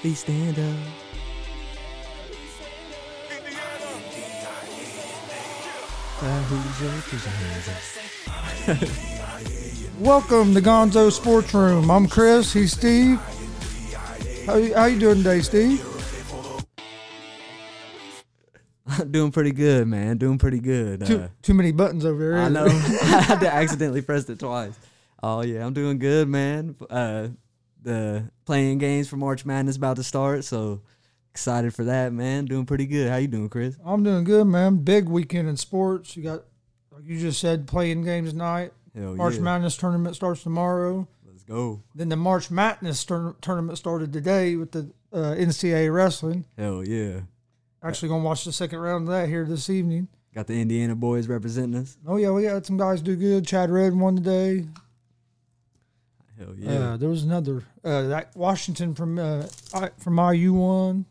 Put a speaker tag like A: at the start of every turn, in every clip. A: Please stand up. Fly, Hoosier, put your hands up.
B: Welcome to Gonzo Sports Room. I'm Chris. He's Steve. How you, how you doing today, Steve?
A: Doing pretty good, man. Doing pretty good.
B: Too,
A: Uh,
B: too many buttons over here.
A: I
B: isn't
A: know.
B: there?
A: I had to accidentally press it twice. Oh yeah, I'm doing good, man. Uh, the playing games for March Madness about to start, so excited for that, man. Doing pretty good. How you doing, Chris?
B: I'm doing good, man. Big weekend in sports. You got, like you just said, playing games tonight.
A: Hell
B: March
A: Oh, yeah.
B: Madness tournament starts tomorrow.
A: Let's go.
B: Then the March Madness tour- tournament started today with the uh, NCAA wrestling.
A: Hell yeah.
B: Actually, gonna watch the second round of that here this evening.
A: Got the Indiana boys representing us.
B: Oh yeah, we had some guys do good. Chad Red won today.
A: Hell
B: Yeah,
A: yeah.
B: there was another uh, that Washington from uh, I, from IU won.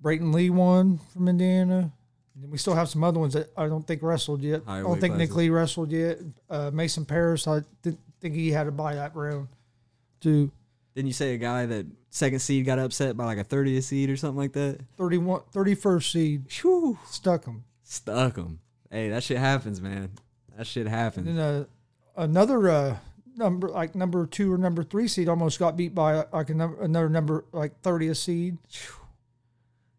B: Brayton Lee won from Indiana. And then we still have some other ones that I don't think wrestled yet. I don't
A: Highway
B: think Nick
A: classes.
B: Lee wrestled yet. Uh, Mason Paris, I didn't think he had to buy that round. To
A: Didn't you say a guy that second seed got upset by like a 30th seed or something like that?
B: 31, 31st seed
A: Phew.
B: stuck him.
A: Stuck him. Hey, that shit happens, man. That shit happens.
B: Then uh, another uh, number like number two or number three seed almost got beat by like a number, another number like thirtieth seed.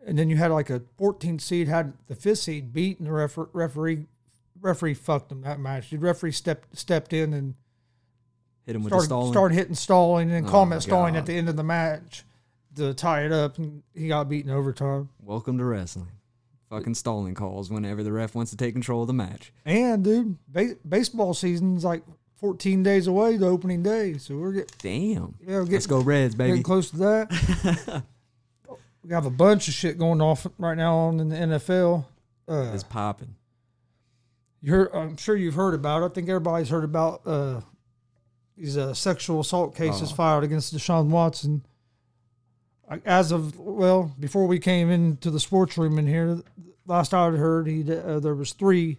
B: And then you had like a 14th seed had the fifth seed beat, and the refer- referee referee fucked them that match. The referee stepped stepped in and
A: Hit him with the
B: started
A: stalling.
B: started hitting stalling and then called
A: my
B: him stalling
A: God.
B: at the end of the match to tie it up, and he got beaten overtime.
A: Welcome to wrestling. Fucking stalling calls whenever the ref wants to take control of the match.
B: And dude, ba- baseball season's like 14 days away, the opening day, so we're getting
A: Damn.
B: yeah, we're
A: Let's
B: getting
A: go Reds,
B: Getting
A: baby.
B: close to that. we have a bunch of shit going off right now on in the NFL. Uh,
A: It's popping.
B: you heard, I'm sure you've heard about. it. I think everybody's heard about uh, these uh, sexual assault cases filed against Deshaun Watson. I- As of well, before we came into the sports room in here, last I had heard, he uh, there was three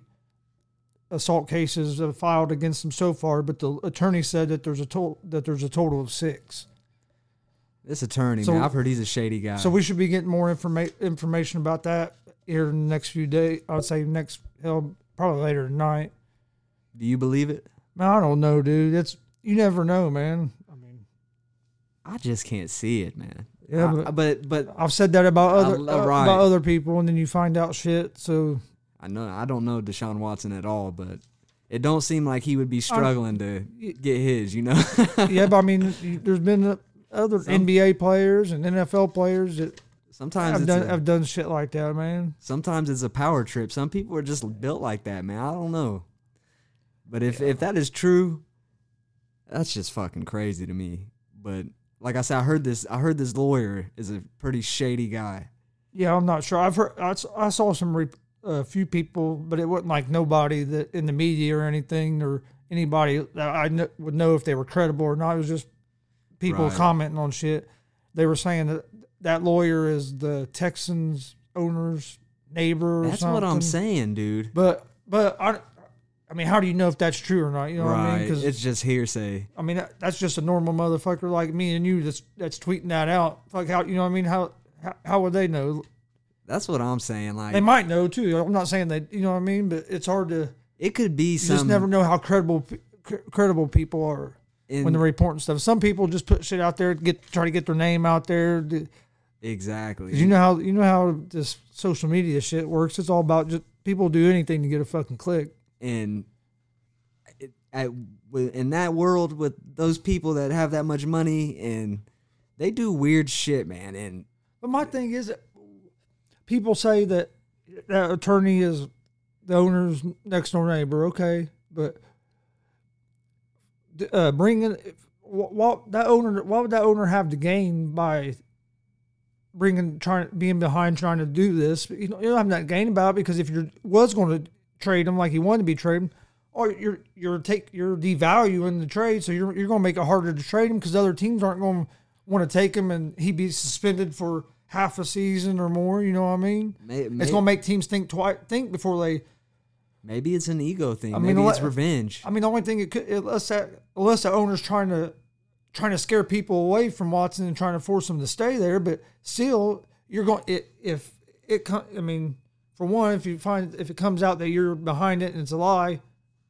B: assault cases uh, filed against him so far, but the attorney said that there's a total that there's a total of six.
A: This attorney,
B: So-
A: man, I've heard he's a shady guy.
B: So we should be getting more informa- information about that here in the next few days. I'd say next, hell, probably later tonight.
A: Do you believe it?
B: Man, I don't know, dude. It's you never know, man. I mean,
A: I just can't see it, man.
B: Yeah,
A: I- but but
B: I've said that about other
A: I-
B: uh,
A: right.
B: about other people, and then you find out shit. So
A: I know I don't know Deshaun Watson at all, but it don't seem like he would be struggling to get his, you know.
B: yeah, but I mean, you- there's been uh, other NBA players and NFL players that
A: sometimes
B: have
A: it's
B: done
A: a,
B: have done shit like that, man.
A: sometimes it's a power trip. Some people are just built like that, man. I don't know. But if if that is true, that's just fucking crazy to me. But like I said, I heard this I heard this lawyer is a pretty shady guy.
B: Yeah, I'm not sure. I've heard I, s- I saw some re, a few people, but it wasn't like nobody that in the media or anything or anybody that I kn- would know if they were credible or not. It was just people
A: Right.
B: commenting on shit. They were saying that that lawyer is the Texans owner's neighbor. Or
A: That's
B: something.
A: what I'm saying, dude.
B: But but I, I mean, how do you know if that's true or not? You know what I
A: right.
B: mean? 'Cause-
A: it's just hearsay.
B: I mean, that- that's just a normal motherfucker like me and you that's that's tweeting that out. Fuck how you know what I mean? How how, how would they know?
A: That's what I'm saying. Like
B: They might know too. I'm not saying that you know what I mean, but it's hard to you
A: it could be
B: just
A: some
B: never know how credible pe- cre- credible people are
A: in-
B: when they're reporting stuff. Some people just put shit out there, get try to get their name out there. Do-
A: exactly.
B: You know how you know how this social media shit works. It's all about just people do anything to get a fucking click.
A: and it, at, wi- in that world with those people that have that much money and they do weird shit, man. And
B: But my thing is, that people say that that attorney is the owner's next door neighbor. Okay, but uh, bringing wh- wh- that owner, why would that owner have to gain by bringing trying being behind trying to do this? You know, you don't have that gain about it because if you was going to trade him like he wanted to be traded. Or you're you're take you're devaluing the trade, so you're you're going to make it harder to trade him because other teams aren't going to want to take him, and he be suspended for half a season or more. You know what I mean?
A: may, may-
B: It's going to make teams think twice, think before they
A: maybe it's an ego thing.
B: mean,
A: maybe
B: let-
A: it's revenge.
B: I mean, the only thing it could, unless that, unless the owner's trying to trying to scare people away from Watson and trying to force them to stay there. But still, you're going it, if it. co- I mean, for one, if you find if it comes out that you're behind it and it's a lie,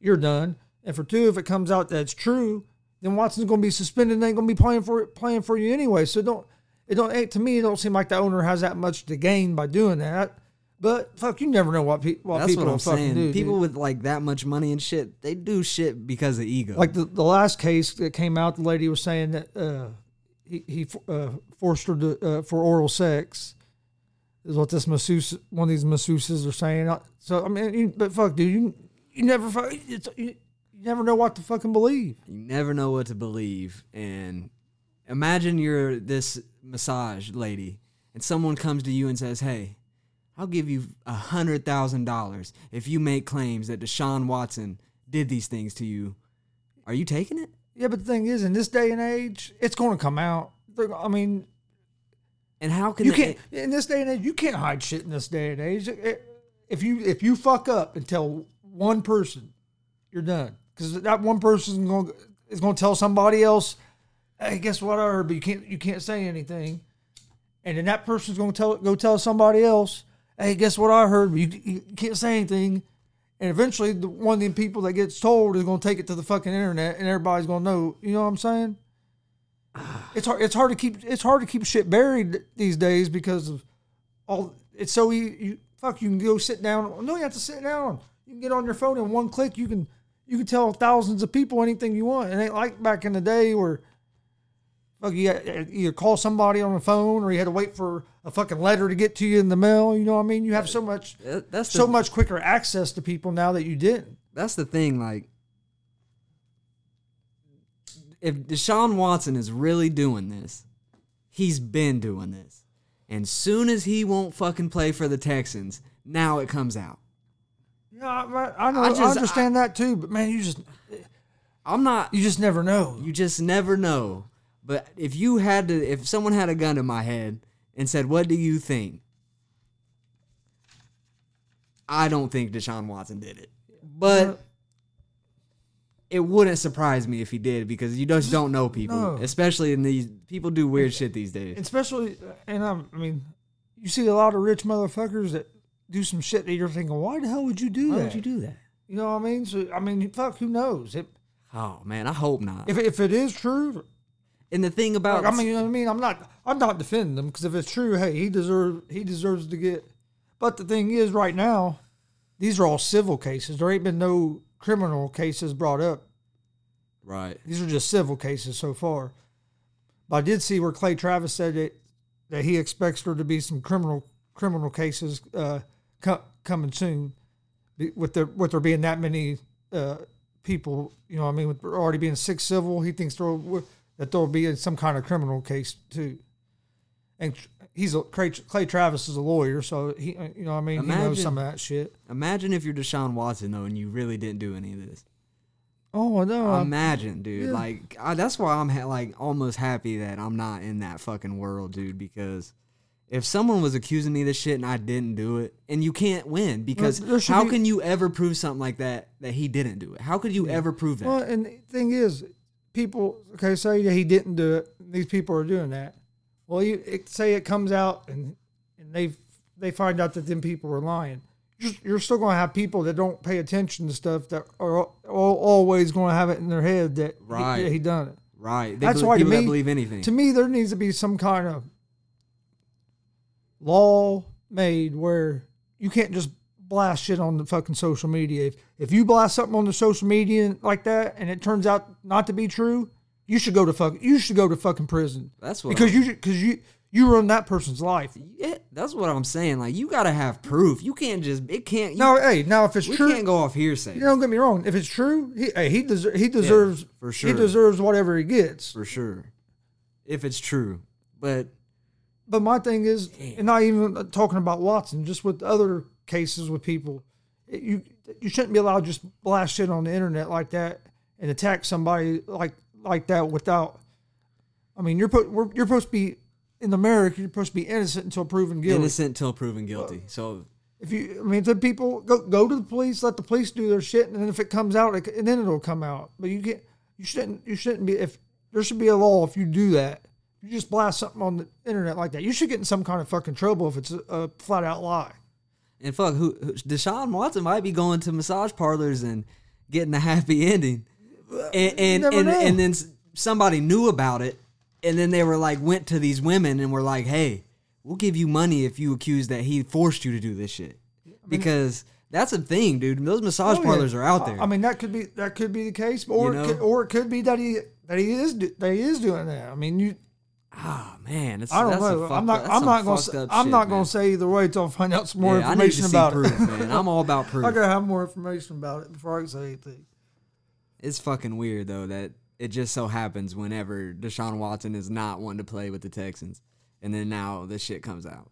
B: you're done. And for two, if it comes out that it's true, then Watson's going to be suspended and ain't going to be playing for playing for you anyway. So don't it don't it, to me. It don't seem like the owner has that much to gain by doing that. But fuck, you never know what, pe- what
A: That's
B: people
A: what I'm
B: fucking
A: saying.
B: do.
A: people
B: dude.
A: with like that much money and shit, they do shit because of ego.
B: like the, the last case that came out, the lady was saying that uh, he he uh, forced her to uh, for oral sex, is what this masseuse one of these masseuses are saying. Uh, So I mean, you, but fuck, dude, you you never fu- it's, you, you never know what to fucking believe.
A: You never know what to believe. And imagine you're this massage lady, and someone comes to you and says, "Hey, I'll give you a hundred thousand dollars if you make claims that Deshaun Watson did these things to you." Are you taking it?
B: Yeah, but the thing is, in this day and age, it's going to come out. They're- I mean,
A: And how can
B: you
A: they-
B: can't in this day and age. You can't hide shit in this day and age. It- If you if you fuck up and tell one person, you're done because that one person going is going to tell somebody else. Hey, guess what? I heard, but you can't you can't say anything. And then that person's going to tell go tell somebody else. Hey, guess what? I heard, but you, you can't say anything. And eventually, the, one of them people that gets told is going to take it to the fucking internet, and everybody's going to know. You know what I'm saying? it's hard. It's hard to keep. It's hard to keep shit buried these days because of all. It's so easy. You, fuck. You can go sit down. No, you have to sit down. You can get on your phone in one click. You can. You can tell thousands of people anything you want. It ain't like back in the day where. Fuck, you had- either call somebody on the phone or you had to wait for a fucking letter to get to you in the mail. You know what I mean? You have so much,
A: Uh, That's the,
B: so much quicker access to people now that you didn't.
A: That's the thing. Like, if Deshaun Watson is really doing this, he's been doing this. And soon as he won't fucking play for the Texans, now it comes out.
B: Yeah, I, I, know,
A: I
B: I,
A: just-
B: understand that too, but man, you just
A: I'm not.
B: you just never know.
A: You just never know. But if you had to, if someone had a gun in my head and said, "What do you think?" I don't think Deshaun Watson did it, but it wouldn't surprise me if he did because you just don't know people,
B: No.
A: especially in these people do weird shit these days.
B: especially and I'm, I mean, you see a lot of rich motherfuckers that do some shit that you're thinking, why the hell would you do
A: Why
B: that?
A: would you do that?
B: You know what I mean? So I mean, fuck, who knows? It,
A: Oh man, I hope not.
B: if if it is true,
A: and the thing about
B: like, I mean, you know what I mean. I'm not I'm not defending them because if it's true, hey, he deserves he deserves to get. But the thing is, right now, these are all civil cases. There ain't been no criminal cases brought up.
A: right,
B: These are just civil cases so far. But I did see where Clay Travis said that that he expects there to be some criminal criminal cases uh, co- coming soon, be- with there with there being that many uh, people. You know, what I mean, with there already being six civil, he thinks there will, that there will be some kind of criminal case too. And tr- he's a Clay, Clay Travis is a lawyer, so he you know what I mean he knows
A: Imagine-
B: some of that shit.
A: imagine if you're Deshaun Watson though, and you really didn't do any of this.
B: Oh no,
A: Imagine, dude. Like I, that's why I'm ha- like almost happy that I'm not in that fucking world, dude. Because if someone was accusing me of this shit and I didn't do it, and you can't win because
B: there should
A: how
B: be-
A: can you ever prove something like that that he didn't do it? How could you ever prove that?
B: Well, and the thing is, people okay say that he didn't do it. These people are doing that. Well, you it, say it comes out and and they they find out that them people are lying. You're, you're still going to have people that don't pay attention to stuff that are al- always going to have it in their head that he-
A: Right.
B: that he done it.
A: Right? They
B: That's
A: believe,
B: why to
A: people
B: me-
A: don't believe anything.
B: To me, there needs to be some kind of law made where you can't just blast shit on the fucking social media. If if you blast something on the social media like that and it turns out not to be true, you should go to fuck. You should go to fucking prison
A: that's what
B: because
A: I'm-
B: you because you you ruined that person's life.
A: Yeah, that's what I'm saying. Like you gotta have proof. You can't just it can't. You,
B: Now, hey, now if it's
A: we
B: true,
A: can't go off hearsay
B: you don't get me wrong. If it's true, he hey, he, deser- he deserves
A: for
B: he
A: sure.
B: deserves whatever he gets.
A: for sure. If it's true, but
B: But my thing is, and not even talking about Watson, just with other cases with people, it- you you shouldn't be allowed to just blast shit on the internet like that and attack somebody like like that without. I mean, you're put we're, you're supposed to be in America. You're supposed to be innocent until proven guilty.
A: innocent till proven guilty. So
B: If you, I mean, the people go go to the police, let the police do their shit, and then if it comes out, it, and then it'll come out. But you get you shouldn't you shouldn't be if There should be a law if you do that. You just blast something on the internet like that. You should get in some kind of fucking trouble if it's a, a flat out lie.
A: And fuck, who, who Deshaun Watson might be going to massage parlors and getting a happy ending, and and
B: never
A: and,
B: know.
A: and then s- somebody knew about it, and then they were like went to these women and were like, hey, we'll give you money if you accuse that he forced you to do this shit, because that's a thing, dude. Those massage parlors are out there.
B: Oh, I, I mean, that could be that could be the case, or
A: You know?
B: it could, or it could be that he that he is do- that he is doing that. I mean, you.
A: oh man, it's,
B: I don't
A: that's a
B: know.
A: fucked
B: I'm
A: up-
B: not.
A: that's
B: I'm
A: some
B: not gonna.
A: fucked
B: Say,
A: up
B: I'm
A: shit,
B: not gonna
A: man.
B: say either way until I find out some more
A: Yeah, I need to
B: information
A: see
B: about
A: proof,
B: it.
A: man. I'm all about proof.
B: I gotta have more information about it before I can say anything.
A: It's fucking weird though that it just so happens whenever Deshaun Watson is not one to play with the Texans, and then now this shit comes out.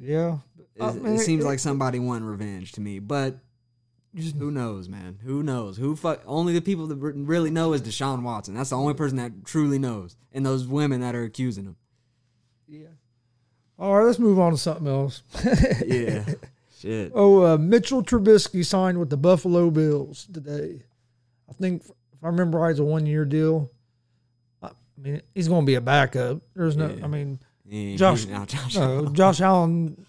B: yeah.
A: It,
B: Uh,
A: Um, it seems like somebody won revenge to me, but who knows, man? Who knows? Who fuck? Only the people that re- really know is Deshaun Watson. That's the only person that truly knows, and those women that are accusing him.
B: Yeah. All right, let's move on to something else.
A: Yeah, shit.
B: oh, uh, Mitchell Trubisky signed with the Buffalo Bills today. I think, if I remember right, it's a one-year deal. I mean, he's going to be a backup. There's no,
A: Yeah.
B: I mean,
A: Yeah,
B: Josh-
A: he's now Josh.
B: no, Josh Allen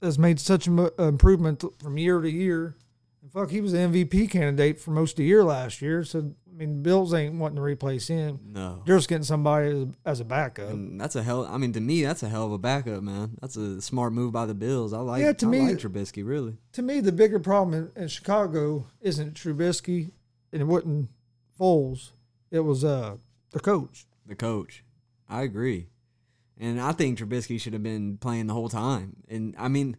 B: has made such an improvement from year to year. And fuck, he was the MVP candidate for most of the year last year. So, I mean, Bills ain't wanting to replace him.
A: No.
B: They're just getting somebody as, as a backup.
A: And That's a hell. I mean, to me, that's a hell of a backup, man. That's a smart move by the Bills. I like.
B: Yeah, to
A: I
B: me-
A: like Trubisky really.
B: to me, the bigger problem in, in Chicago isn't Trubisky and it wasn't Foles. It was uh the coach.
A: the coach. I agree, and I think Trubisky should have been playing the whole time. And I mean,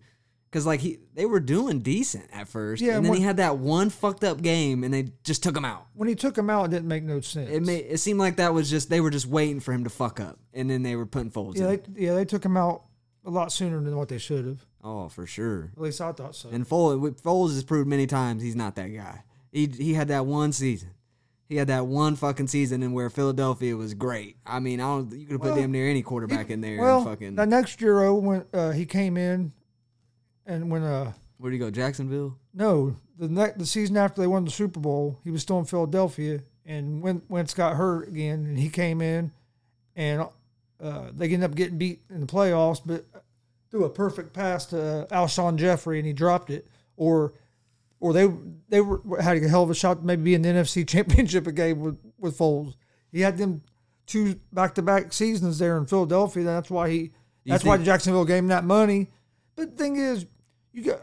A: because like he, they were doing decent at first,
B: Yeah,
A: and then
B: what-
A: he had that one fucked up game, and they just took him out.
B: When he took him out, it didn't make no sense.
A: It made it seemed like that was just they were just waiting for him to fuck up, and then they were putting Foles
B: yeah,
A: in.
B: they, yeah, they took him out a lot sooner than what they should have.
A: oh, for sure.
B: At least I thought so.
A: And Foles, Foles has proved many times he's not that guy. He he had that one season. He had that one fucking season in where Philadelphia was great. I mean, I don't. You could have put
B: Well,
A: damn near any quarterback in there.
B: well,
A: and fucking
B: the next year, oh, when uh, he came in, and when uh
A: where do you go, Jacksonville?
B: no the next the season after they won the Super Bowl, he was still in Philadelphia, and when Wentz got hurt again, and he came in, and uh, they ended up getting beat in the playoffs, but threw a perfect pass to uh, Alshon Jeffrey, and he dropped it, or or they they were had a hell of a shot to maybe be in the NFC Championship game with with Foles. He had them two back to back seasons there in Philadelphia. That's why he. That's why
A: think-
B: Jacksonville gave him that money. But the thing is, you got.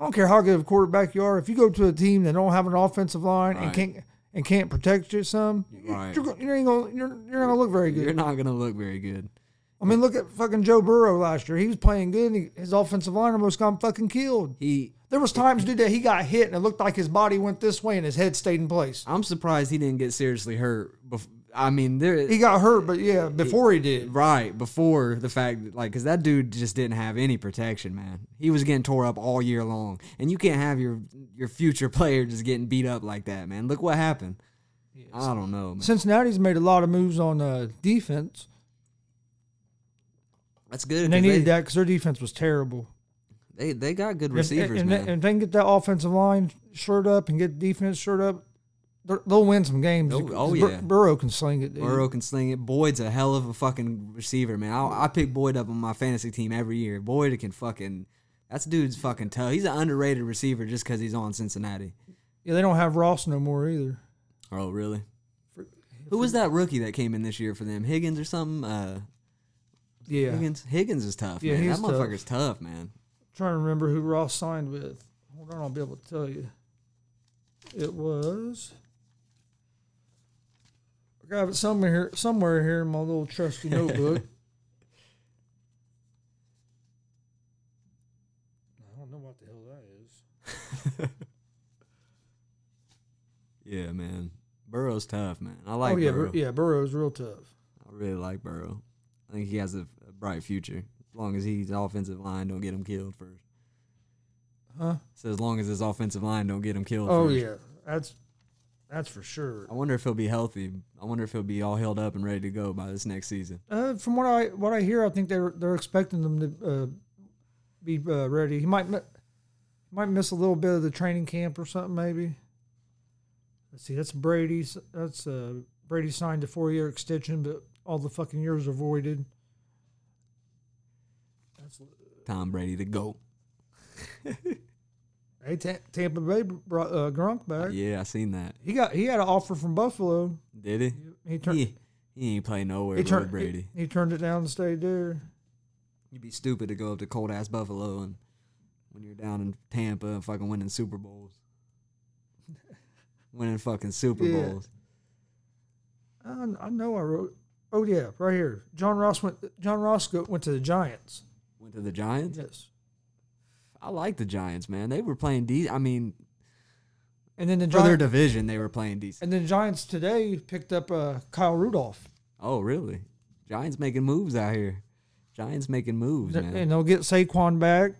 B: I don't care how good of a quarterback you are. If you go to a team that don't have an offensive line
A: Right.
B: and can't and can't protect you some, you-
A: Right.
B: you're, go- you ain't gonna you're, you're not gonna look very good.
A: You're not gonna look very good.
B: I mean, look at fucking Joe Burrow last year. He was playing good. And he, his offensive line almost got him fucking killed.
A: He,
B: There was times, dude, that he got hit and it looked like his body went this way and his head stayed in place.
A: I'm surprised he didn't get seriously hurt. Bef- I mean, there,
B: He got hurt, but yeah, before he did.
A: right before the fact, that, like, because that dude just didn't have any protection, man. He was getting tore up all year long, and you can't have your your future player just getting beat up like that, man. Look what happened. I don't know, man.
B: Cincinnati's made a lot of moves on uh, defense,
A: That's good.
B: and they
A: 'cause
B: needed that because their defense was terrible.
A: They they got good
B: If-
A: receivers,
B: and,
A: man.
B: and if they can get that offensive line shirt up and get defense shirt up, they're- they'll win some games.
A: Oh, oh,
B: Bur-
A: yeah.
B: Burrow can sling it. Dude.
A: Burrow can sling it. Boyd's a hell of a fucking receiver, man. I, I pick Boyd up on my fantasy team every year. Boyd can fucking. That's dude's fucking tough. He's an underrated receiver just because he's on Cincinnati.
B: Yeah, they don't have Ross no more either.
A: Oh, really? Who was that rookie that came in this year for them? Higgins or something? Uh,
B: Yeah,
A: Higgins. Higgins is tough,
B: Yeah,
A: man. That
B: he's tough.
A: motherfucker's tough. man.
B: trying to remember who Ross signed with. Hold on, I'll be able to tell you. It was. I have it somewhere here, somewhere here in my little trusty notebook. I don't know what the hell that is.
A: Yeah, man. Burrow's tough, man. I like
B: oh yeah,
A: Burrow.
B: Bur- yeah, Burrow's real tough.
A: I really like Burrow. I think he has a, a bright future as long as his offensive line don't get him killed first.
B: Huh?
A: So as long as his offensive line don't get him killed.
B: Oh
A: first.
B: yeah, that's that's for sure.
A: I wonder if he'll be healthy. I wonder if he'll be all healed up and ready to go by this next season.
B: Uh, from what I what I hear, I think they're they're expecting them to uh, be uh, ready. He might mi- might miss a little bit of the training camp or something, maybe. Let's see, that's Brady. That's uh, Brady signed a four-year extension, but all the fucking years are voided. That's
A: Tom Brady the goat.
B: hey, Ta- Tampa Bay brought uh, Gronk back.
A: Yeah, I seen that.
B: He got he had an offer from Buffalo.
A: Did he?
B: He turned
A: He, he ain't play nowhere
B: he
A: but
B: turned
A: with Brady.
B: He, he turned it down and stayed there.
A: You'd be stupid to go up to cold ass Buffalo and when you're down in Tampa and fucking winning Super Bowls. winning fucking Super
B: Yeah.
A: Bowls.
B: I, I know I wrote. Oh yeah, right here. John Ross went. John Ross go, went to the Giants.
A: Went to the Giants.
B: Yes.
A: I like the Giants, man. They were playing de I mean,
B: And then the
A: for their
B: Giants.
A: division, they were playing decent.
B: And then Giants today picked up uh, Kyle Rudolph,
A: Oh, really? Giants making moves out here. Giants making moves, man.
B: and they'll get Saquon back.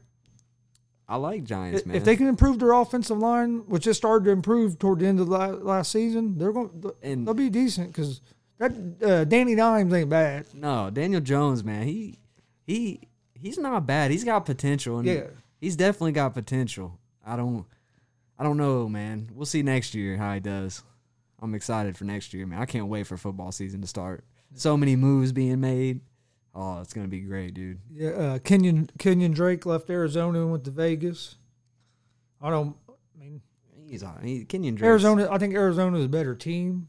A: I like Giants,
B: If-
A: man.
B: If they can improve their offensive line, which it started to improve toward the end of la- last season, they're going.
A: And-
B: They'll be decent because that uh, Danny Dimes ain't bad.
A: No, Daniel Jones, man, he he he's not bad. He's got potential, and
B: Yeah.
A: he's definitely got potential. I don't I don't know, man. We'll see next year how he does. I'm excited for next year, man. I can't wait for football season to start. So many moves being made. Oh, it's gonna be great, dude.
B: Yeah, uh, Kenyon Kenyon Drake left Arizona and went to Vegas. I don't. I mean,
A: He's on. He, Kenyon Drake.
B: Arizona, I think Arizona is a better team.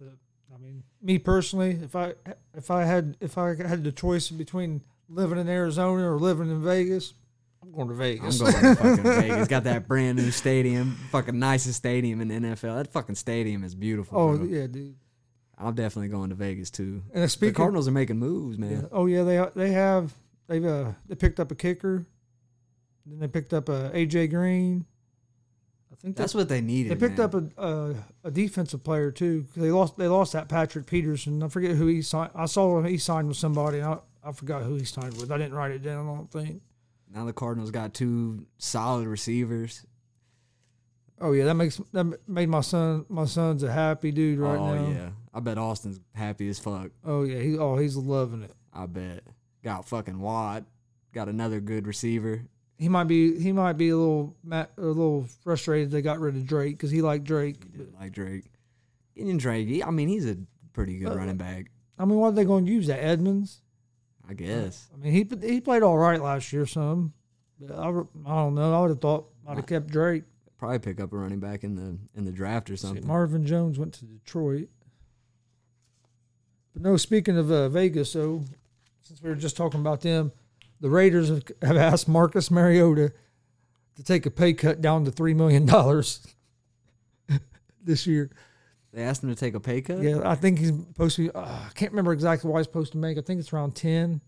B: But I mean, me personally, if I if I had if I had the choice between living in Arizona or living in Vegas, I'm going to
A: I'm
B: Vegas.
A: going to fucking Vegas. Got that brand new stadium, fucking nicest stadium in the NFL. That fucking stadium is beautiful.
B: oh
A: bro.
B: yeah, dude.
A: I'm definitely going to Vegas too.
B: And
A: The
B: speaking,
A: Cardinals are making moves, man.
B: oh yeah, they they have they've uh, they picked up a kicker, then they picked up uh, a AJ Green. I think
A: That's
B: that's
A: what they needed.
B: they picked
A: man.
B: up a, a a defensive player too 'cause they lost they lost that Patrick Peterson. I forget who he signed. I saw him he signed with somebody. And I I forgot who he signed with. I didn't write it down. I don't think.
A: Now the Cardinals got two solid receivers.
B: Oh yeah, that makes that made my son my son's a happy dude right
A: oh
B: now.
A: yeah, I bet Austin's happy as fuck.
B: Oh yeah, he oh he's loving it.
A: I bet got fucking Watt, got another good receiver.
B: He might be he might be a little ma- a little frustrated they got rid of Drake because he liked Drake.
A: Didn't like Drake, Kenyon Drake. he- I mean, he's a pretty good
B: Uh,
A: running back,
B: I mean, what are they going to use that Edmonds?
A: I guess.
B: I mean, he he played all right last year some. But I, re- I don't know. I would have thought I'd have kept Drake.
A: Probably pick up a running back in the in the draft or
B: See,
A: something.
B: Marvin Jones went to Detroit. But no, speaking of uh, Vegas, so since we were just talking about them, the Raiders have, have asked Marcus Mariota to take a pay cut down to $3 million this year.
A: They asked him to take a pay cut.
B: Yeah, I think he's supposed to be, uh, I can't remember exactly what he's supposed to make. I think it's around 10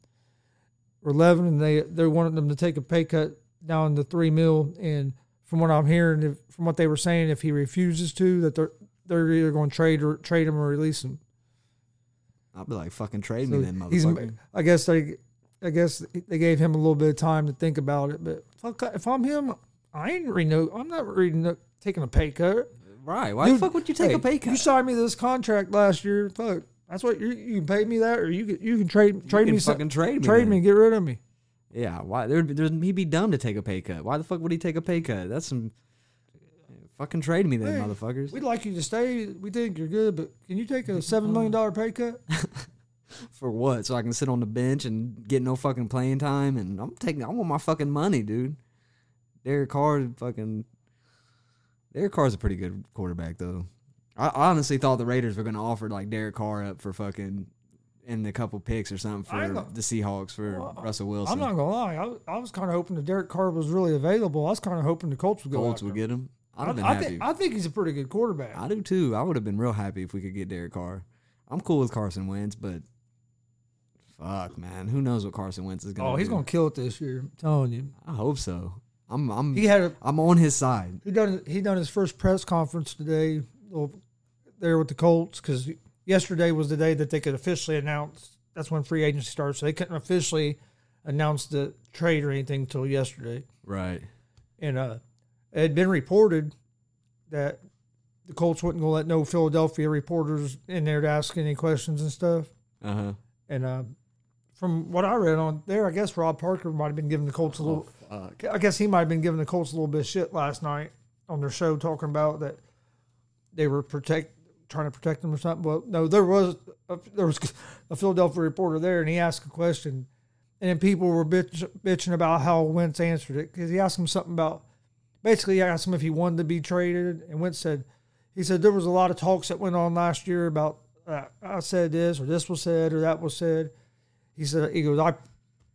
B: or 11, and they, they wanted them to take a pay cut down to 3 mil. And from what I'm hearing, if, from what they were saying, if he refuses to, that they're, they're either going to trade or trade him or release him.
A: I'll be like, fucking trade
B: So
A: me then,
B: he's-
A: motherfucker.
B: I guess they, I guess they gave him a little bit of time to think about it. But fuck, if I'm him, I ain't reno. I'm not reno, taking a pay cut.
A: right? Why the
B: Dude,
A: fuck would you take a
B: hey,
A: pay cut?
B: You signed me this contract last year. Fuck, that's what you you can pay me that, or you can you can trade trade
A: You can
B: me some,
A: fucking trade me.
B: trade
A: then.
B: me, get rid of me.
A: Yeah, why there'd, be- there'd he'd be dumb to take a pay cut. Why the fuck would he take a pay cut? That's some fucking trade me then,
B: Hey,
A: motherfuckers.
B: We'd like you to stay. We think you're good, but can you take a seven million dollar pay cut?
A: For what? So I can sit on the bench and get no fucking playing time and I'm taking I want my fucking money, dude. Derek Carr fucking Derek Carr's a pretty good quarterback though. I I honestly thought the Raiders were gonna offer like Derek Carr up for fucking and a couple picks or something
B: I
A: for
B: know.
A: the Seahawks for
B: Well,
A: Russell Wilson.
B: I'm not gonna lie. I, I was kind of hoping that Derek Carr was really available. I was kind of hoping the Colts would go.
A: Colts
B: after
A: would
B: him.
A: get him. I'd have been
B: I, I,
A: happy.
B: think, I think he's a pretty good quarterback.
A: I do too. I would have been real happy if we could get Derek Carr. I'm cool with Carson Wentz, but fuck, man, who knows what Carson Wentz is gonna?
B: Oh, he's
A: do.
B: gonna kill it this year. I'm telling you.
A: I hope so. I'm. I'm.
B: He had a,
A: I'm on his side.
B: he done he done his first press conference today well, there with the Colts because yesterday was the day that they could officially announce. That's when free agency starts. So they couldn't officially announce the trade or anything until yesterday.
A: Right.
B: And uh, it had been reported that the Colts wouldn't go let no Philadelphia reporters in there to ask any questions and stuff.
A: Uh huh.
B: And uh, from what I read on there, I guess Rob Parker might have been giving the Colts a little I guess he might have been giving the Colts a little bit of shit last night on their show, talking about that they were protect trying to protect them or something. Well, no, there was a, there was a Philadelphia reporter there, and he asked a question, and then people were bitch, bitching about how Wentz answered it because he asked him something about basically he asked him if he wanted to be traded, and Wentz said he said there was a lot of talks that went on last year about uh, I said this or this was said or that was said. He said he goes I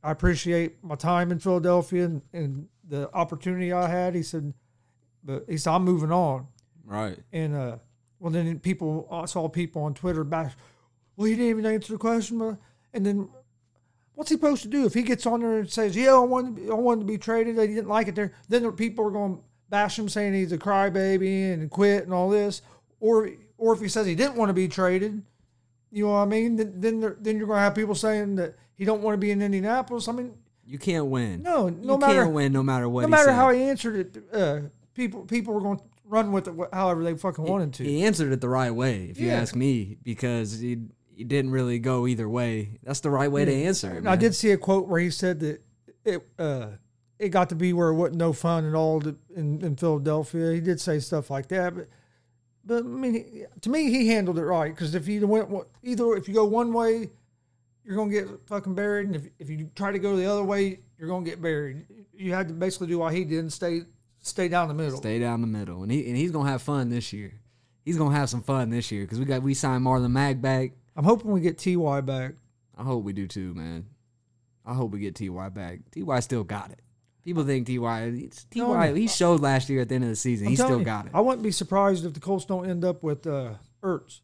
B: I appreciate my time in Philadelphia and, and the opportunity I had. He said, but he said I'm moving on.
A: Right.
B: And uh, well, then people I saw people on Twitter back. Well, he didn't even answer the question. But, and then, what's he supposed to do if he gets on there and says, "Yeah, I wanted, to be, I wanted to be traded. They didn't like it there." Then the people are going to bash him, saying he's a crybaby and quit and all this. Or, or if he says he didn't want to be traded, you know what I mean? Then, then, there- then you're going to have people saying that he don't want to be in Indianapolis. I mean,
A: You can't win.
B: No, no
A: you
B: matter-
A: can't win no matter what.
B: no
A: he
B: matter
A: said.
B: how he answered it, uh, people people were going to run with it wh- however they fucking wanted to.
A: He answered it the right way, if you
B: Yeah.
A: ask me, because he he didn't really go either way. That's the right way to answer it.
B: And I
A: man.
B: did see a quote where he said that it uh, it got to be where it wasn't no fun at all to, in, in Philadelphia. He did say stuff like that, but but I mean, he- to me, he handled it right because if you went one- either if you go one way, you're gonna get fucking buried, and if if you try to go the other way, you're gonna get buried. You had to basically do what he did and stay stay down the middle.
A: Stay down the middle, and he and he's gonna have fun this year. He's gonna have some fun this year because we got we signed Marlon Mack back.
B: I'm hoping we get Ty back.
A: I hope we do too, man. I hope we get Ty back. Ty still got it. People think Ty. it's- Ty he showed last year at the end of the season.
B: I'm
A: he still
B: telling you,
A: got it.
B: I wouldn't be surprised if the Colts don't end up with uh, Ertz.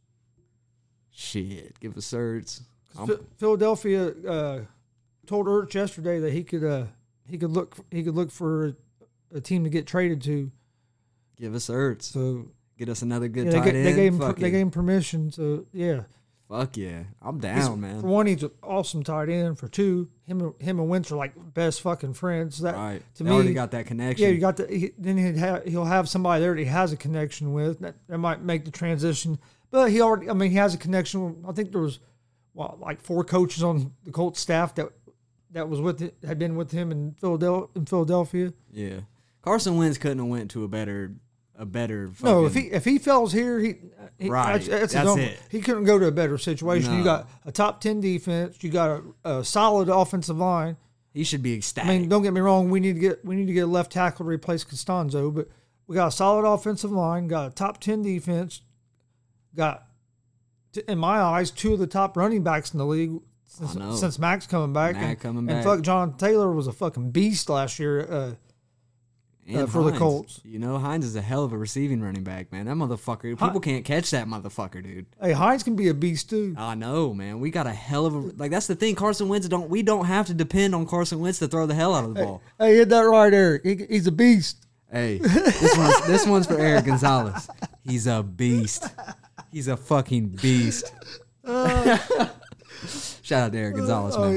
A: Shit, give us certs. I'm-
B: Phil- Philadelphia uh, told Ertz yesterday that he could uh, he could look he could look for a team to get traded to.
A: Give us certs.
B: So
A: Get us another good
B: yeah, they,
A: tight
B: ga-
A: end.
B: they gave him per-
A: Fuck,
B: they
A: it.
B: gave him permission. So yeah,
A: Fuck yeah, I'm
B: He's-
A: down, man.
B: for one, he's an awesome tight end. For two, him and- him and Wentz are like best fucking friends. That
A: Right.
B: to
A: they
B: me,
A: already got that connection.
B: yeah, you got the he, then he'd have, he'll have somebody there that he has a connection with that, that might make the transition. But he already, I mean, he has a connection. I think there was well, like four coaches on the Colts staff that that was with had been with him in Philadelphia. In Philadelphia.
A: Yeah, Carson Wentz couldn't have went to a better, a better. Fucking,
B: No, if he if he fails here, he, he
A: Right, that's
B: That's, his own-
A: it.
B: He couldn't go to a better situation.
A: No.
B: You got a top ten defense. You got a, a solid offensive line.
A: he should be ecstatic.
B: I mean, don't get me wrong. We need to get we need to get a left tackle to replace Costanzo, but we got a solid offensive line, got a top ten defense, got t- in my eyes two of the top running backs in the league since,
A: know.
B: since Max coming back.
A: Mack
B: and,
A: coming back.
B: and fuck, John Taylor was a fucking beast last year. Uh,
A: And
B: uh, for the
A: Hines.
B: Colts.
A: you know Hines is a hell of a receiving running back, man. That motherfucker, people can't catch that motherfucker, dude.
B: hey, Hines can be a beast too.
A: I know, man. We got a hell of a like. That's the thing. Carson Wentz don't. We don't have to depend on Carson Wentz to throw the hell out of the ball.
B: Hey, hit that right, Eric. He, he's a beast.
A: Hey, this one's this one's for Eric Gonzalez. He's a beast. He's a fucking beast. Shout out to Eric Gonzalez, man.
B: Oh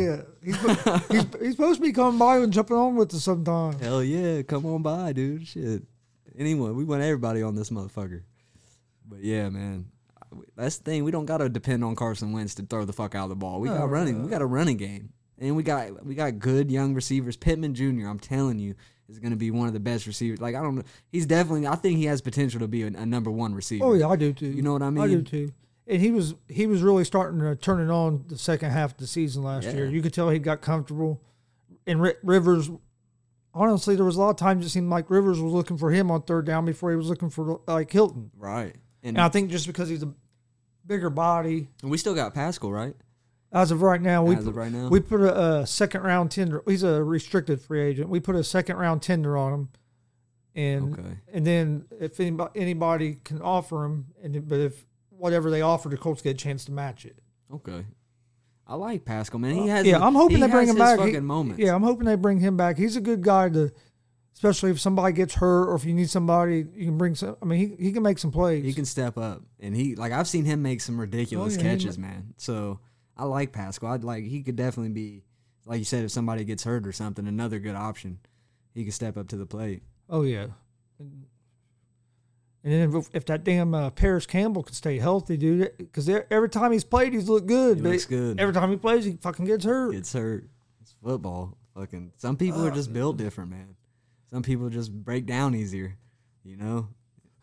B: yeah, he's, he's, he's supposed to be coming by and jumping on with us sometime.
A: Hell yeah, come on by, dude. Shit. Anyone, we want everybody on this motherfucker. But yeah, man. That's the thing. We don't gotta depend on Carson Wentz to throw the fuck out of the ball. We got running. We got a running game, and we got we got good young receivers. Pittman Jr. I'm telling you is going to be one of the best receivers. Like I don't know. He's definitely. I think he has potential to be a, a number one receiver.
B: Oh yeah, I do too.
A: You know what I
B: I do
A: mean?
B: too. And he was he was really starting to turn it on the second half of the season last year.
A: Yeah.
B: You could tell he got comfortable. And Ri Rivers, honestly, there was a lot of times it seemed like Rivers was looking for him on third down before he was looking for like Hilton.
A: Right. And,
B: And I think just because he's a bigger body,
A: and we still got Pascal, right?
B: as of right now, we
A: As of
B: put,
A: right now.
B: we put a, a second round tender. He's a restricted free agent. We put a second round tender on him, and
A: Okay.
B: and then if anybody, anybody can offer him, and then- but if whatever they offer, the Colts get a chance to match it.
A: Okay. I like Pascal, man. He has.
B: Uh, yeah, I'm hoping
A: he
B: they bring
A: has
B: him
A: his
B: back. He-
A: Fucking moments.
B: Yeah, I'm hoping they bring him back. He's a good guy to, especially if somebody gets hurt or if you need somebody, you can bring some. I mean, he, he can make some plays.
A: He can step up, and he like I've seen him make some ridiculous
B: yeah, he
A: catches, man. So I like Pascal. I'd like he could definitely be, like you said, if somebody gets hurt or something, another good option. He can step up to the plate.
B: Oh yeah. And then if, if that damn uh, Paris Campbell can stay healthy, dude, because every time he's played, he's looked good.
A: He
B: but
A: looks good.
B: Every time he plays, he fucking gets hurt.
A: Gets hurt. It's football. Fucking. Some people are just built different, man. Some people just break down easier. You know,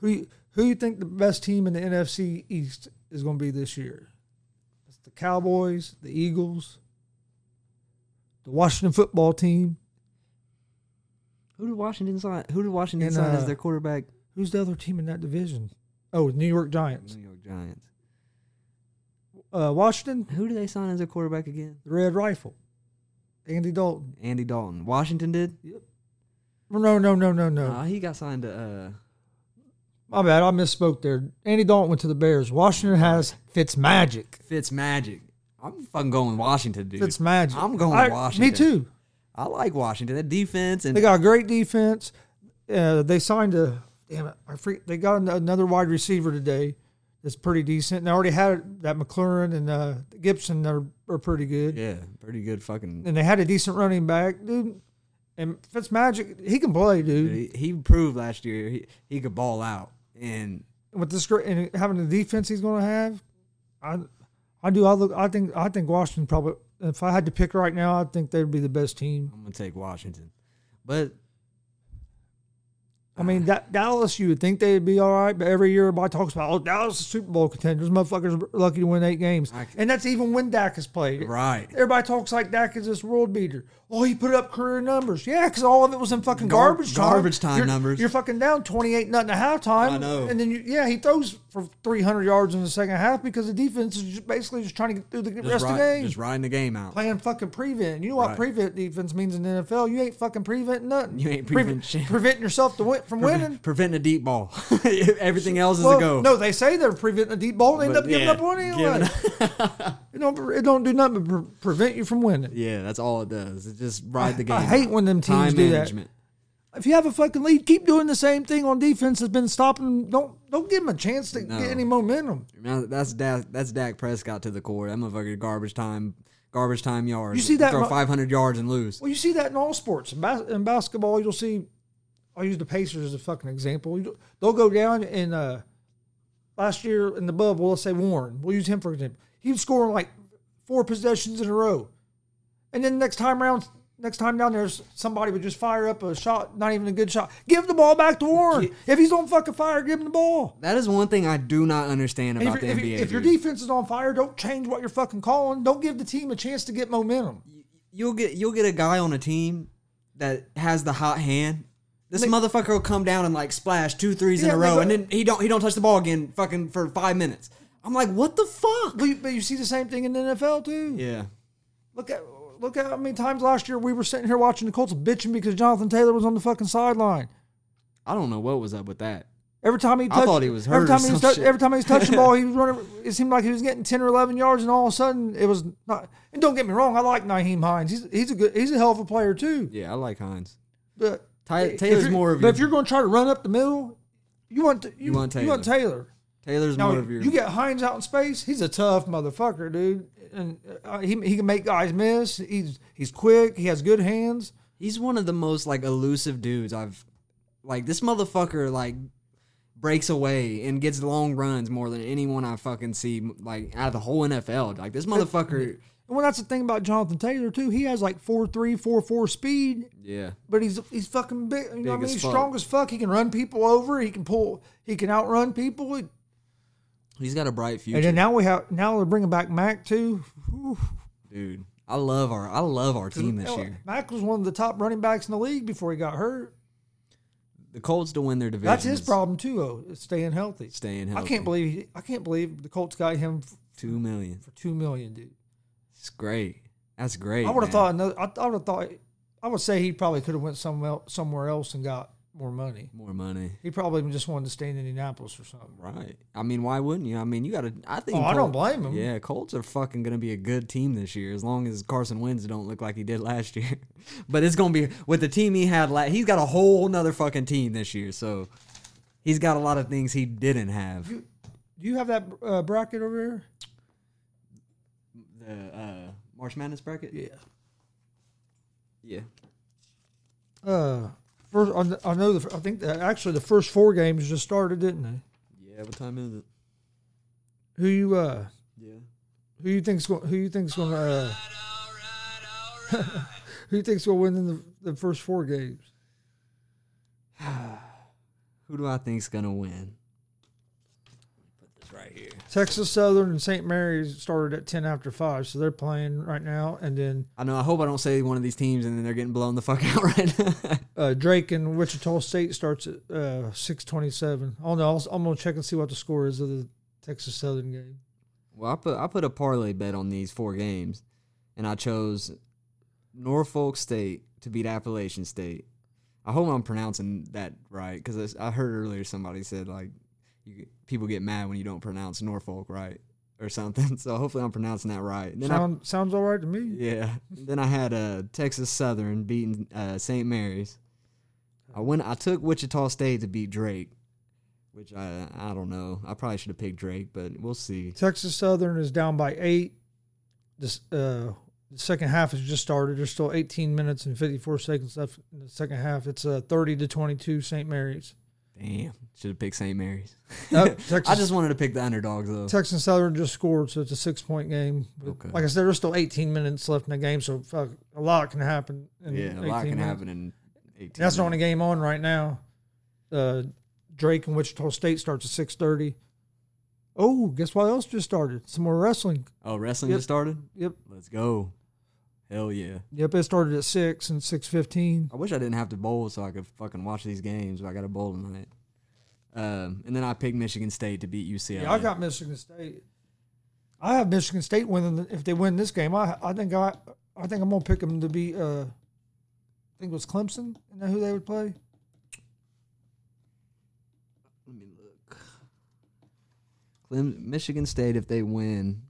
B: Who you, who you think the best team in the NFC East is going to be this year? It's the Cowboys, the Eagles, the Washington football team.
A: Who did Washington sign? Who did Washington
B: And,
A: sign
B: uh,
A: as their quarterback?
B: Who's the other team in that division? Oh, New York Giants.
A: New York Giants.
B: Uh, Washington,
A: Who did they sign as their quarterback again?
B: the Red Rifle. Andy Dalton.
A: Andy Dalton. Washington did.
B: No, no, no, no, no.
A: Nah, he got signed to. Uh,
B: My bad. I misspoke there. Andy Dalton went to the Bears. Washington has Fitzmagic.
A: Fitz Magic. I'm fucking going Washington, dude.
B: Fitzmagic.
A: I'm going
B: I-
A: Washington.
B: Me too.
A: I like Washington. That defense and
B: They got a great defense. Uh, they signed a damn it. I freak, they got an- another wide receiver today that's pretty decent. And they already had that McLaurin and uh, Gibson are, are pretty good.
A: yeah, pretty good fucking.
B: And they had a decent running back, dude. And Fitzmagic, he can play, dude.
A: He, he proved last year he, he could ball out, and
B: With this great and having the defense he's going to have, I, I do. I look. I think. I think Washington probably. If I had to pick right now, I think they'd be the best team.
A: I'm gonna take Washington. But
B: I mean, that Dallas, you would think they'd be all right, but every year everybody talks about, oh, Dallas is Super Bowl contenders. Motherfuckers are lucky to win eight games.
A: I c-
B: and that's even when Dak has played.
A: right,
B: Everybody talks like Dak is this world beater. Oh, he put up career numbers. Yeah, because all of it was in fucking
A: Gar-
B: garbage time.
A: garbage time
B: You're-
A: numbers.
B: You're fucking down 28 nothing at halftime.
A: I know.
B: And then, you, yeah, he throws for 300 yards in the second half because the defense is just basically just trying to get through the
A: just,
B: rest of the
A: ri-
B: game.
A: just riding the game out.
B: Playing fucking prevent. You know what
A: Right.
B: prevent defense means in the NFL? You ain't fucking preventing nothing.
A: You ain't
B: Prevent-
A: prevent shit.
B: preventing yourself to win, from winning.
A: Preventing a deep ball. Everything else is
B: Well,
A: a go.
B: No, they say they're preventing a deep ball. They end
A: But,
B: up giving
A: yeah,
B: up one anyway.
A: giving
B: it don't. It don't do nothing but pre- prevent you from winning.
A: Yeah, that's all it does. It just ride the game.
B: I hate
A: out.
B: when them teams
A: Time
B: do that.
A: management.
B: If you have a fucking lead, keep doing the same thing on defense. Has been stopping. them. Don't don't give them a chance to
A: No.
B: get any momentum.
A: Now that's Dak, that's Dak Prescott to the core. That motherfucker garbage time, garbage time yards.
B: You see that
A: throw
B: mo-
A: 500 yards and lose.
B: Well, you see that in all sports. In, bas- in basketball, you'll see. I'll use the Pacers as a fucking example. You- They'll go down and uh, last year in the bubble, let's say Warren. We'll use him for example. He was scoring like four possessions in a row, and then next time round, next time down there, somebody would just fire up a shot, not even a good shot. Give the ball back to Warren. If he's on fucking fire, give him the ball.
A: That is one thing I do not understand
B: And
A: about
B: If,
A: the
B: if,
A: NBA.
B: if your
A: dude.
B: defense is on fire, don't change what you're fucking calling. Don't give the team a chance to get momentum.
A: you'll get you'll get a guy on a team that has the hot hand. This motherfucker will come down and like splash two threes
B: Yeah,
A: in a
B: they
A: row,
B: go-
A: and then he don't he don't touch the ball again, fucking for five minutes. I'm like, what the fuck?
B: But you, but you see the same thing in the NFL too.
A: Yeah,
B: Look at look at how many times last year we were sitting here watching the Colts bitching because Jonathan Taylor was on the fucking sideline.
A: I don't know what was up with that.
B: Every time he touched,
A: thought he was hurt
B: Every
A: or
B: time he
A: some
B: was touch-
A: shit.
B: every time he was touching the ball, he was running. It seemed like he was getting ten or eleven yards, and all of a sudden it was not. And don't get me wrong, I like Naheem Hines. He's he's a good, he's a hell of a player too.
A: Yeah, I like Hines.
B: But
A: Ty-
B: if
A: Taylor's
B: you're-
A: more of
B: But
A: your-
B: if you're going to try to run up the middle, you want to, you, you want
A: want
B: Taylor. You want
A: Taylor.
B: Taylor.
A: Taylor's
B: Now,
A: more of your.
B: you get Hines out in space. He's a tough motherfucker, dude, and uh, he he can make guys miss. He's he's quick. He has good hands.
A: he's one of the most like elusive dudes I've like. This motherfucker like breaks away and gets long runs more than anyone I fucking see like out of the whole NFL. Like this motherfucker.
B: And well, that's the thing about Jonathan Taylor too. He has like four three, four four speed,
A: Yeah.
B: but he's he's fucking big. You know what I
A: Big
B: mean?
A: as
B: He's
A: fuck.
B: strong as fuck. He can run people over. He can pull. He can outrun people. And
A: He's got a bright future.
B: then now we have now they're bringing back Mac too.
A: dude. I love our I love our team this
B: Hell,
A: year.
B: Mac was one of the top running backs in the league before he got hurt.
A: The Colts to win their division.
B: That's his
A: is
B: problem too, though, is staying healthy.
A: Staying
B: I
A: healthy.
B: can't believe he, I can't believe the Colts got him f-
A: two million.
B: for two million, dude.
A: It's great. That's great.
B: I would have
A: man.
B: thought another. I, I would have thought. I would say he probably could have went somewhere else, somewhere else and got more money.
A: more money.
B: He probably just wanted to stay in Indianapolis or something.
A: Right. I mean, why wouldn't you? I mean, you got to. I think.
B: Oh, I don't blame 'em.
A: Yeah, Colts are fucking gonna be a good team this year, as long as Carson Wentz don't look like he did last year. but it's gonna be with the team he had. La- he's got a whole nother fucking team this year, so he's got a lot of things he didn't have.
B: You- Do you have that uh, bracket over here?
A: The uh, March Madness bracket. Yeah.
B: Uh, first, I, kn- I know. The, I think that actually the first four games just started, didn't they?
A: Yeah. What time is it?
B: Who you uh,
A: Yeah.
B: who you think's going? Who you think's going to? Uh, who you think's going to win in the, the first four games?
A: Who do I think's gonna win? Put this right here.
B: Texas Southern and St. Mary's started at ten after five, so they're playing right now. And then
A: I know. I hope I don't say one of these teams and then they're getting blown the fuck out right now.
B: uh, Drake and Wichita State starts at uh, six twenty-seven. Oh no, I'll, I'm gonna check and see what the score is of the Texas Southern game.
A: well, I put I put a parlay bet on these four games, and I chose Norfolk State to beat Appalachian State. I hope I'm pronouncing that right because I heard earlier somebody said like you, people get mad when you don't pronounce Norfolk right or something. So hopefully I'm pronouncing that right. Then I
B: Sound, sounds all right to me.
A: Yeah. Then I had uh, Texas Southern beating uh, St. Mary's. I went. I took Wichita State to beat Drake, which I I don't know. I probably should have picked Drake, but we'll see.
B: Texas Southern is down by eight. This uh, the second half has just started. There's still 18 minutes and 54 seconds left in the second half. It's uh, 30 to 22 St. Mary's.
A: Damn, should have picked St. Mary's.
B: Uh, Texas,
A: I just wanted to pick the underdogs though.
B: Texas Southern just scored, so it's a six point game. But
A: Okay.
B: Like I said, there's still 18 minutes left in the game, so fuck, a lot can happen. In
A: yeah, a lot
B: 18
A: can
B: minutes.
A: happen in eighteen.
B: That's the only
A: minutes.
B: game on right now. Uh, Drake and Wichita State starts at 6:30. Oh, guess what else just started? Some more wrestling.
A: Oh, wrestling
B: Yep.
A: just started.
B: Yep,
A: Let's go. Hell yeah.
B: yep. It started at six and 6:15.
A: I wish I didn't have to bowl so I could fucking watch these games. But I got a bowl tonight. Um, and then I picked Michigan State to beat UCLA.
B: Yeah, I got Michigan State. I have Michigan State winning the, if they win this game. I I think I I think I'm gonna pick them to be. Uh, I think it was Clemson. You know who they would play?
A: Let me look. Clem- Michigan State, if they win,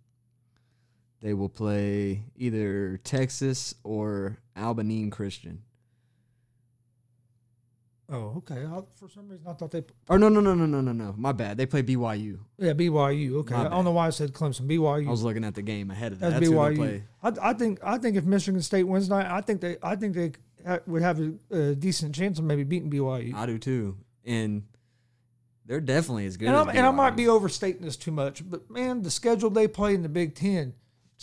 A: they will play either Texas or Albanine Christian.
B: Oh, okay. I, for some reason, I thought they.
A: Or no, no, no, no, no, no, no. My bad. They play BYU.
B: Yeah, BYU. Okay,
A: My
B: I
A: bad.
B: don't know why I said Clemson. BYU.
A: I was looking at the game ahead of that.
B: That's,
A: That's, who they
B: BYU.
A: play.
B: I, I think I think if Michigan State wins tonight, I think they I think they ha- would have a, a decent chance of maybe beating BYU.
A: I do too. And they're definitely as good.
B: and,
A: as
B: I'm, and I might
A: BYU.
B: be overstating this too much, but man, the schedule they play in the Big Ten, it,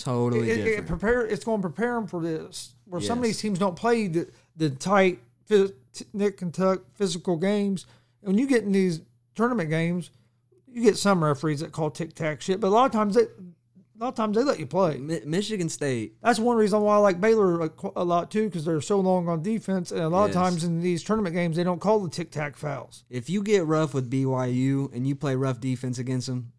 A: totally
B: it, it
A: different.
B: prepare it's going to prepare them for this. Where some of
A: Yes.
B: these teams don't play the the tight, phys- t- Nick Kentuck physical games. When you get in these tournament games, you get some referees that call tic tac shit, but a lot of times they a lot of times they let you play.
A: Mi- Michigan State.
B: That's one reason why I like Baylor a, qu- a lot too, because they're so long on defense, and a lot
A: Yes.
B: of times in these tournament games they don't call the tic tac fouls.
A: If you get rough with BYU and you play rough defense against them,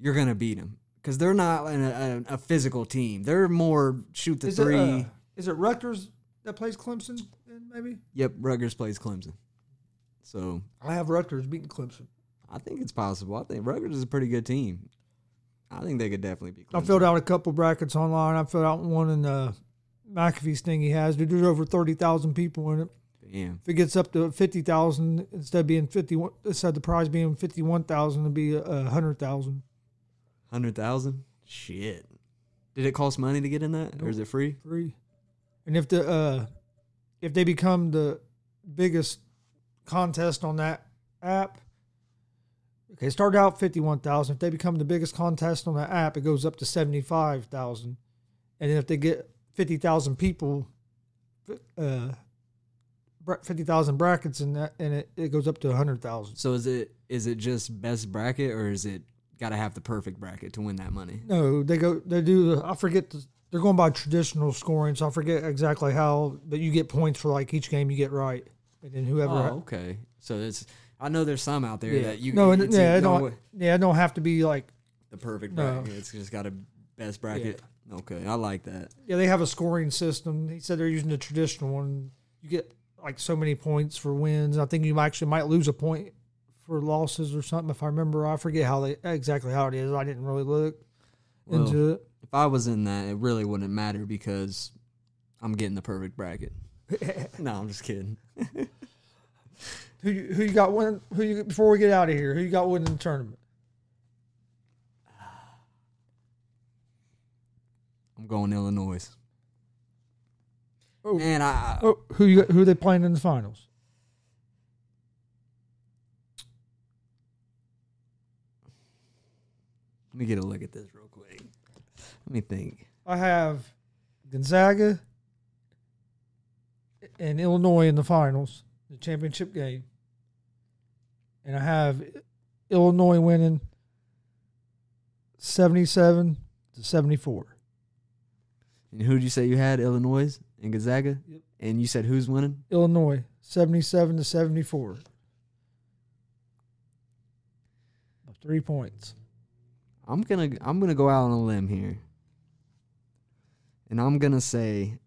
A: you're gonna beat them because they're not an, a, a physical team. They're more shoot the
B: Is
A: three.
B: it uh, is it Rutgers that plays Clemson? Then maybe
A: Yep, Rutgers plays Clemson. So
B: I have Rutgers beating Clemson.
A: I think it's possible. I think Rutgers is a pretty good team. I think they could definitely be.
B: I
A: Clemson.
B: filled out a couple brackets online. I filled out one in uh, McAfee's thing he has. Dude, There's over thirty thousand people in it.
A: Damn.
B: If it gets up to fifty thousand, instead of being fifty one, instead of the prize being fifty one thousand, it'd be a hundred thousand
A: Hundred thousand. Shit. Did it cost money to get in that, or is it free?
B: three. And if the uh, if they become the biggest contest on that app, okay, start out fifty one thousand. If they become the biggest contest on that app, it goes up to seventy five thousand, and then if they get fifty thousand people, uh, fifty thousand brackets in that, and it, it goes up to hundred thousand.
A: So is it is it just best bracket, or is it got to have the perfect bracket to win that money?
B: No, they go. They do. the- I forget. The, they're going by traditional scoring, so I forget exactly how. But you get points for like each game you get right, and then whoever.
A: Oh, okay. So it's I know there's some out there
B: yeah.
A: that you
B: no, and
A: it's
B: yeah,
A: a-
B: it
A: no,
B: don't. yeah, it don't have to be like.
A: the perfect
B: No.
A: bracket. It's just got a best bracket. Okay, I like that.
B: Yeah, they have a scoring system. He said they're using the traditional one. You get like so many points for wins. I think you might actually might lose a point for losses or something if I remember. I forget how they exactly how it is. I didn't really look
A: Well,
B: into it.
A: If I was in that, it really wouldn't matter because I'm getting the perfect bracket. no, I'm just kidding.
B: Who you, who you got winning? Who you before we get out of here? Who you got winning the tournament?
A: I'm going Illinois.
B: Oh.
A: Man, I, I-
B: Oh, who you, who they playing in the finals?
A: let me get a look at this real quick. Let me think.
B: I have Gonzaga and Illinois in the finals, the championship game. and I have Illinois winning 77 to 74.
A: And who did you say you had? Illinois and Gonzaga.
B: Yep.
A: And you said who's winning?
B: Illinois 77 to 74. By Three points.
A: I'm gonna I'm gonna go out on a limb here, and I'm gonna say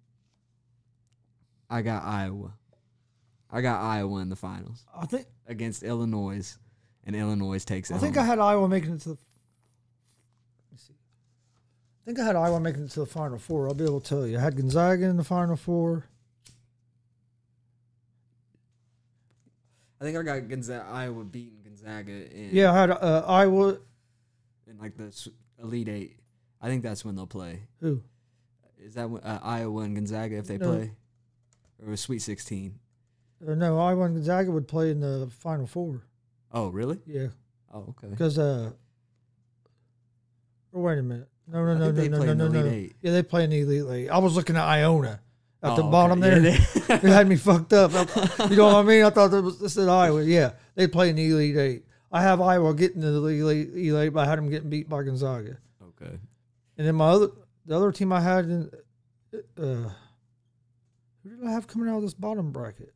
A: I got Iowa. I got Iowa in the finals
B: I think
A: against Illinois, and Illinois takes it.
B: I think
A: home.
B: I had Iowa making it to the. let me see. I think I had Iowa making it to the Final Four. I'll be able to tell you. I had Gonzaga in the Final Four.
A: I think I got Gonzaga, Iowa beating Gonzaga in
B: Yeah, I had uh, Iowa.
A: in like the s- Elite Eight. I think that's when they'll play.
B: Who?
A: Is that when, uh, Iowa and Gonzaga if they
B: No.
A: play, or a Sweet Sixteen?
B: Uh, no, Iowa and Gonzaga would play in the Final Four.
A: Oh, really?
B: Yeah,
A: Oh, okay.
B: because uh. Or wait a minute. No, no,
A: I
B: no,
A: think
B: no,
A: they
B: no,
A: play
B: no,
A: in
B: no,
A: the
B: no.
A: Elite Eight.
B: Yeah, they play in the Elite Eight. I was looking at Iona at
A: Oh,
B: the
A: okay.
B: bottom
A: Yeah,
B: there.
A: they-
B: it had me fucked up. I- you know what I mean? I thought that was this is Iowa. Yeah, they play in the Elite Eight. I have Iowa getting to the Elite Elite Eight, but I had them getting beat by Gonzaga.
A: okay.
B: And then my other the other team I had in uh, who did I have coming out of this bottom bracket?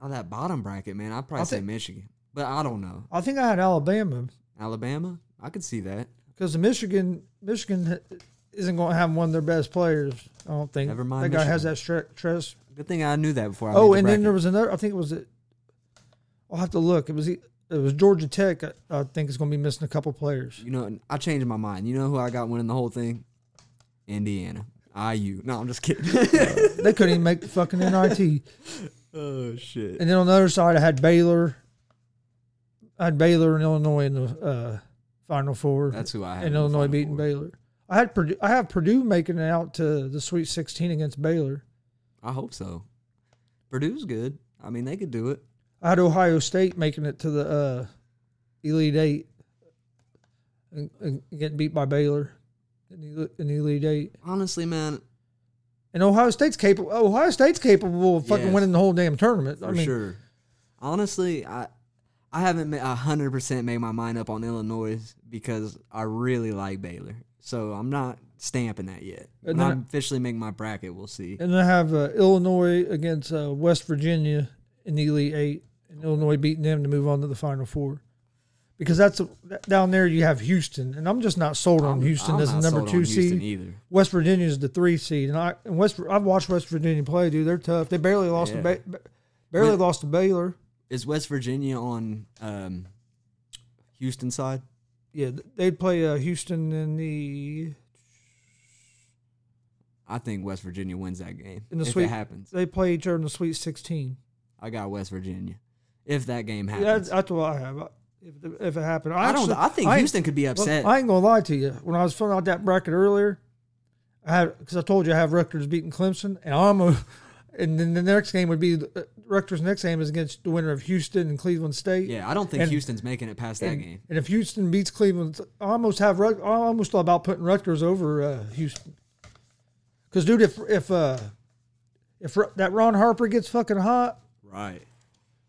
A: On Oh, that bottom bracket, man, I'd probably
B: I
A: say
B: think-
A: Michigan, but I don't know.
B: I think I had Alabama
A: Alabama, I could see that.
B: because the Michigan Michigan isn't going to have one of their best players. I don't think.
A: Never mind
B: That guy has
A: Michigan.
B: that stre- stress
A: Good thing I knew that before. I
B: oh,
A: made
B: and
A: the
B: then there
A: bracket.
B: was another. I think it was. A, I'll have to look. It was. e- It was Georgia Tech. I, I think is going to be missing a couple players.
A: you know, I changed my mind. You know who I got winning the whole thing? Indiana, IU. No, I'm just kidding.
B: They couldn't even make the fucking NIT. And
A: oh shit.
B: then on the other side, I had Baylor. I had Baylor and Illinois in the uh, Final Four,
A: That's who I had. in
B: and
A: the
B: Illinois
A: Final
B: beating
A: Four.
B: Baylor. I had Purdue. I have Purdue making it out to the Sweet Sixteen against Baylor.
A: I hope so. Purdue's good. I mean, they could do it.
B: I had Ohio State making it to the uh, Elite Eight and, and getting beat by Baylor in the, in the Elite Eight.
A: Honestly, man,
B: And Ohio State's capable. Ohio State's capable of fucking
A: Yes.
B: winning the whole damn tournament.
A: for
B: I mean,
A: sure. Honestly, I I haven't ma- a hundred percent made my mind up on Illinois because I really like Baylor. So I'm not stamping that yet.
B: And
A: When I
B: then-
A: officially make my bracket, we'll see.
B: And they have uh, Illinois against uh, West Virginia in the Elite Eight, and Illinois beating them to move on to the Final Four. Because that's that- down there you have Houston, and I'm just not sold on
A: I'm-
B: Houston
A: I'm
B: as the
A: not
B: number
A: sold
B: two
A: on Houston
B: seed.
A: either.
B: West Virginia is the three seed, and I and West I've watched West Virginia play, dude. They're tough. They barely lost
A: Yeah.
B: to ba- ba- barely
A: When-
B: lost to Baylor.
A: Is West Virginia on um, Houston side?
B: Yeah, they'd play uh, Houston in the
A: I think West Virginia wins that game.
B: In the
A: if
B: sweet-
A: it happens,
B: they play each other in the Sweet Sixteen.
A: I got West Virginia. If that game
B: Yeah,
A: happens,
B: that's, that's what I have. I- If, if it happened, I,
A: I don't.
B: actually-
A: I think
B: ain't-
A: Houston could be
B: well,
A: upset.
B: I ain't gonna lie to you. When I was filling out that bracket earlier, I had because I told you I have Rutgers beating Clemson, and I'm a, and then the next game would be uh, Rutgers' next game is against the winner of Houston and Cleveland State.
A: yeah, I don't think
B: and-
A: Houston's making it past that
B: and,
A: game.
B: and if Houston beats Cleveland, I almost have Rut- I almost thought about putting Rutgers over uh, Houston. Because dude, if if uh, if Ru- that Ron Harper gets fucking hot,
A: Right.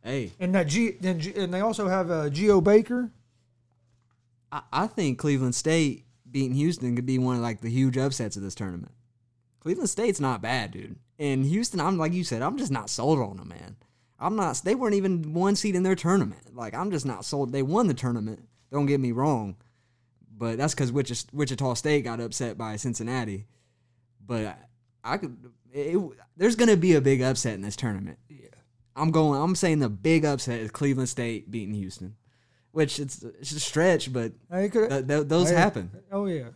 A: Hey,
B: and that G then G, and they also have uh, Geo Baker.
A: I, I think Cleveland State beating Houston could be one of like the huge upsets of this tournament. Cleveland State's not bad, dude. And Houston, I'm like you said, I'm just not sold on them, man. I'm not. They weren't even one seed in their tournament. Like I'm just not sold. They won the tournament. Don't get me wrong, but that's because Wichita, Wichita State got upset by Cincinnati. But I, I could. It, it- there's gonna be a big upset in this tournament. Yeah. I'm going. I'm saying the big upset is Cleveland State beating Houston, which it's it's a stretch, but
B: Hey, it could-
A: Th- th- those
B: Hey,
A: happen.
B: Oh yeah.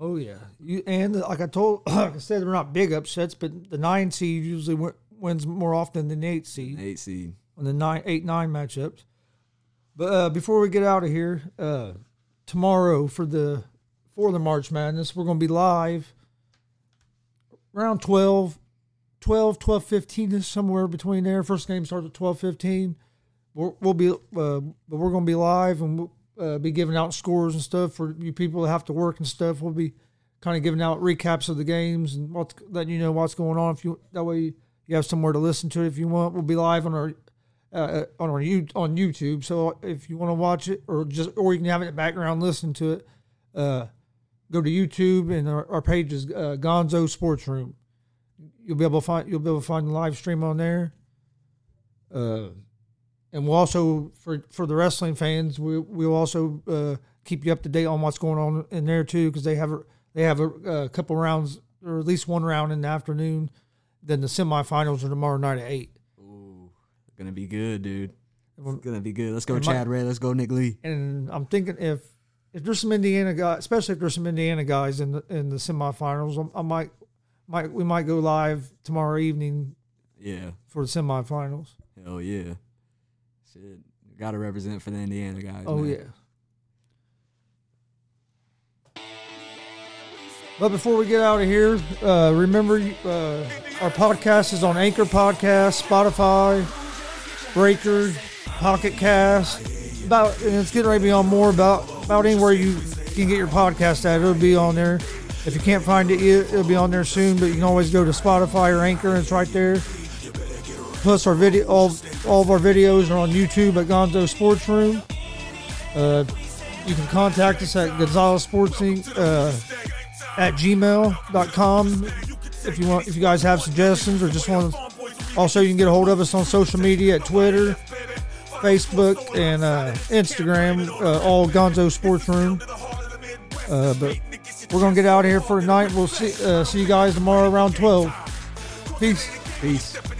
B: Oh yeah. You and like I told, like I said, they're not big upsets, but the nine seed usually win- wins more often than the eight seed
A: Eight seed.
B: on the nine eight nine matchups. But uh, before we get out of here, uh, tomorrow for the for the March Madness, we're going to be live around 12, 12, 12, 15 is somewhere between there. First game starts at twelve fifteen. We're, we'll be, uh, but we're going to be live and we'll uh, be giving out scores and stuff for you people that have to work and stuff. We'll be kind of giving out recaps of the games and what's letting you know what's going on. If you that way you have somewhere to listen to it if you want. We'll be live on our uh, on our you on YouTube. So if you want to watch it, or just or you can have it in the background, listen to it. Uh, go to YouTube and our, our page is uh, Gonzo Sports Room. You'll be able to find you'll be able to find the live stream on there. Uh, and we'll also for for the wrestling fans, we we'll also uh, keep you up to date on what's going on in there too, because they have a, they have a, a couple rounds or at least one round in the afternoon. Then the semifinals are tomorrow night at eight.
A: Ooh, gonna be good, dude.
B: Well,
A: It's gonna be good. Let's go,
B: and my-
A: Chad Ray. Let's go, Nick Lee.
B: and I'm thinking if if there's some Indiana guys, especially if there's some Indiana guys in the in the semifinals, I, I might might we might go live tomorrow evening
A: Yeah,
B: for the semifinals.
A: hell yeah. Shit, gotta represent for the Indiana guys.
B: Oh
A: man.
B: yeah. But before we get out of here, uh, remember uh, our podcast is on Anchor Podcast, Spotify, Breaker, Pocket Cast. About and it's getting ready to be on more about about anywhere you can get your podcast at. It'll be on there. If you can't find it yet, it'll be on there soon. But you can always go to Spotify or Anchor, and it's right there. Plus, our video, all, all of our videos are on YouTube at Gonzo Sports Room. Uh, you can contact us at Gonzalez Sports Inc. Uh, at gmail.com if you want if you guys have suggestions or just want to also you can get a hold of us on social media at Twitter, Facebook, and uh, Instagram, uh, all Gonzo Sports Room. Uh, but we're gonna get out of here for tonight. We'll see uh, see you guys tomorrow around twelve. Peace.
A: Peace.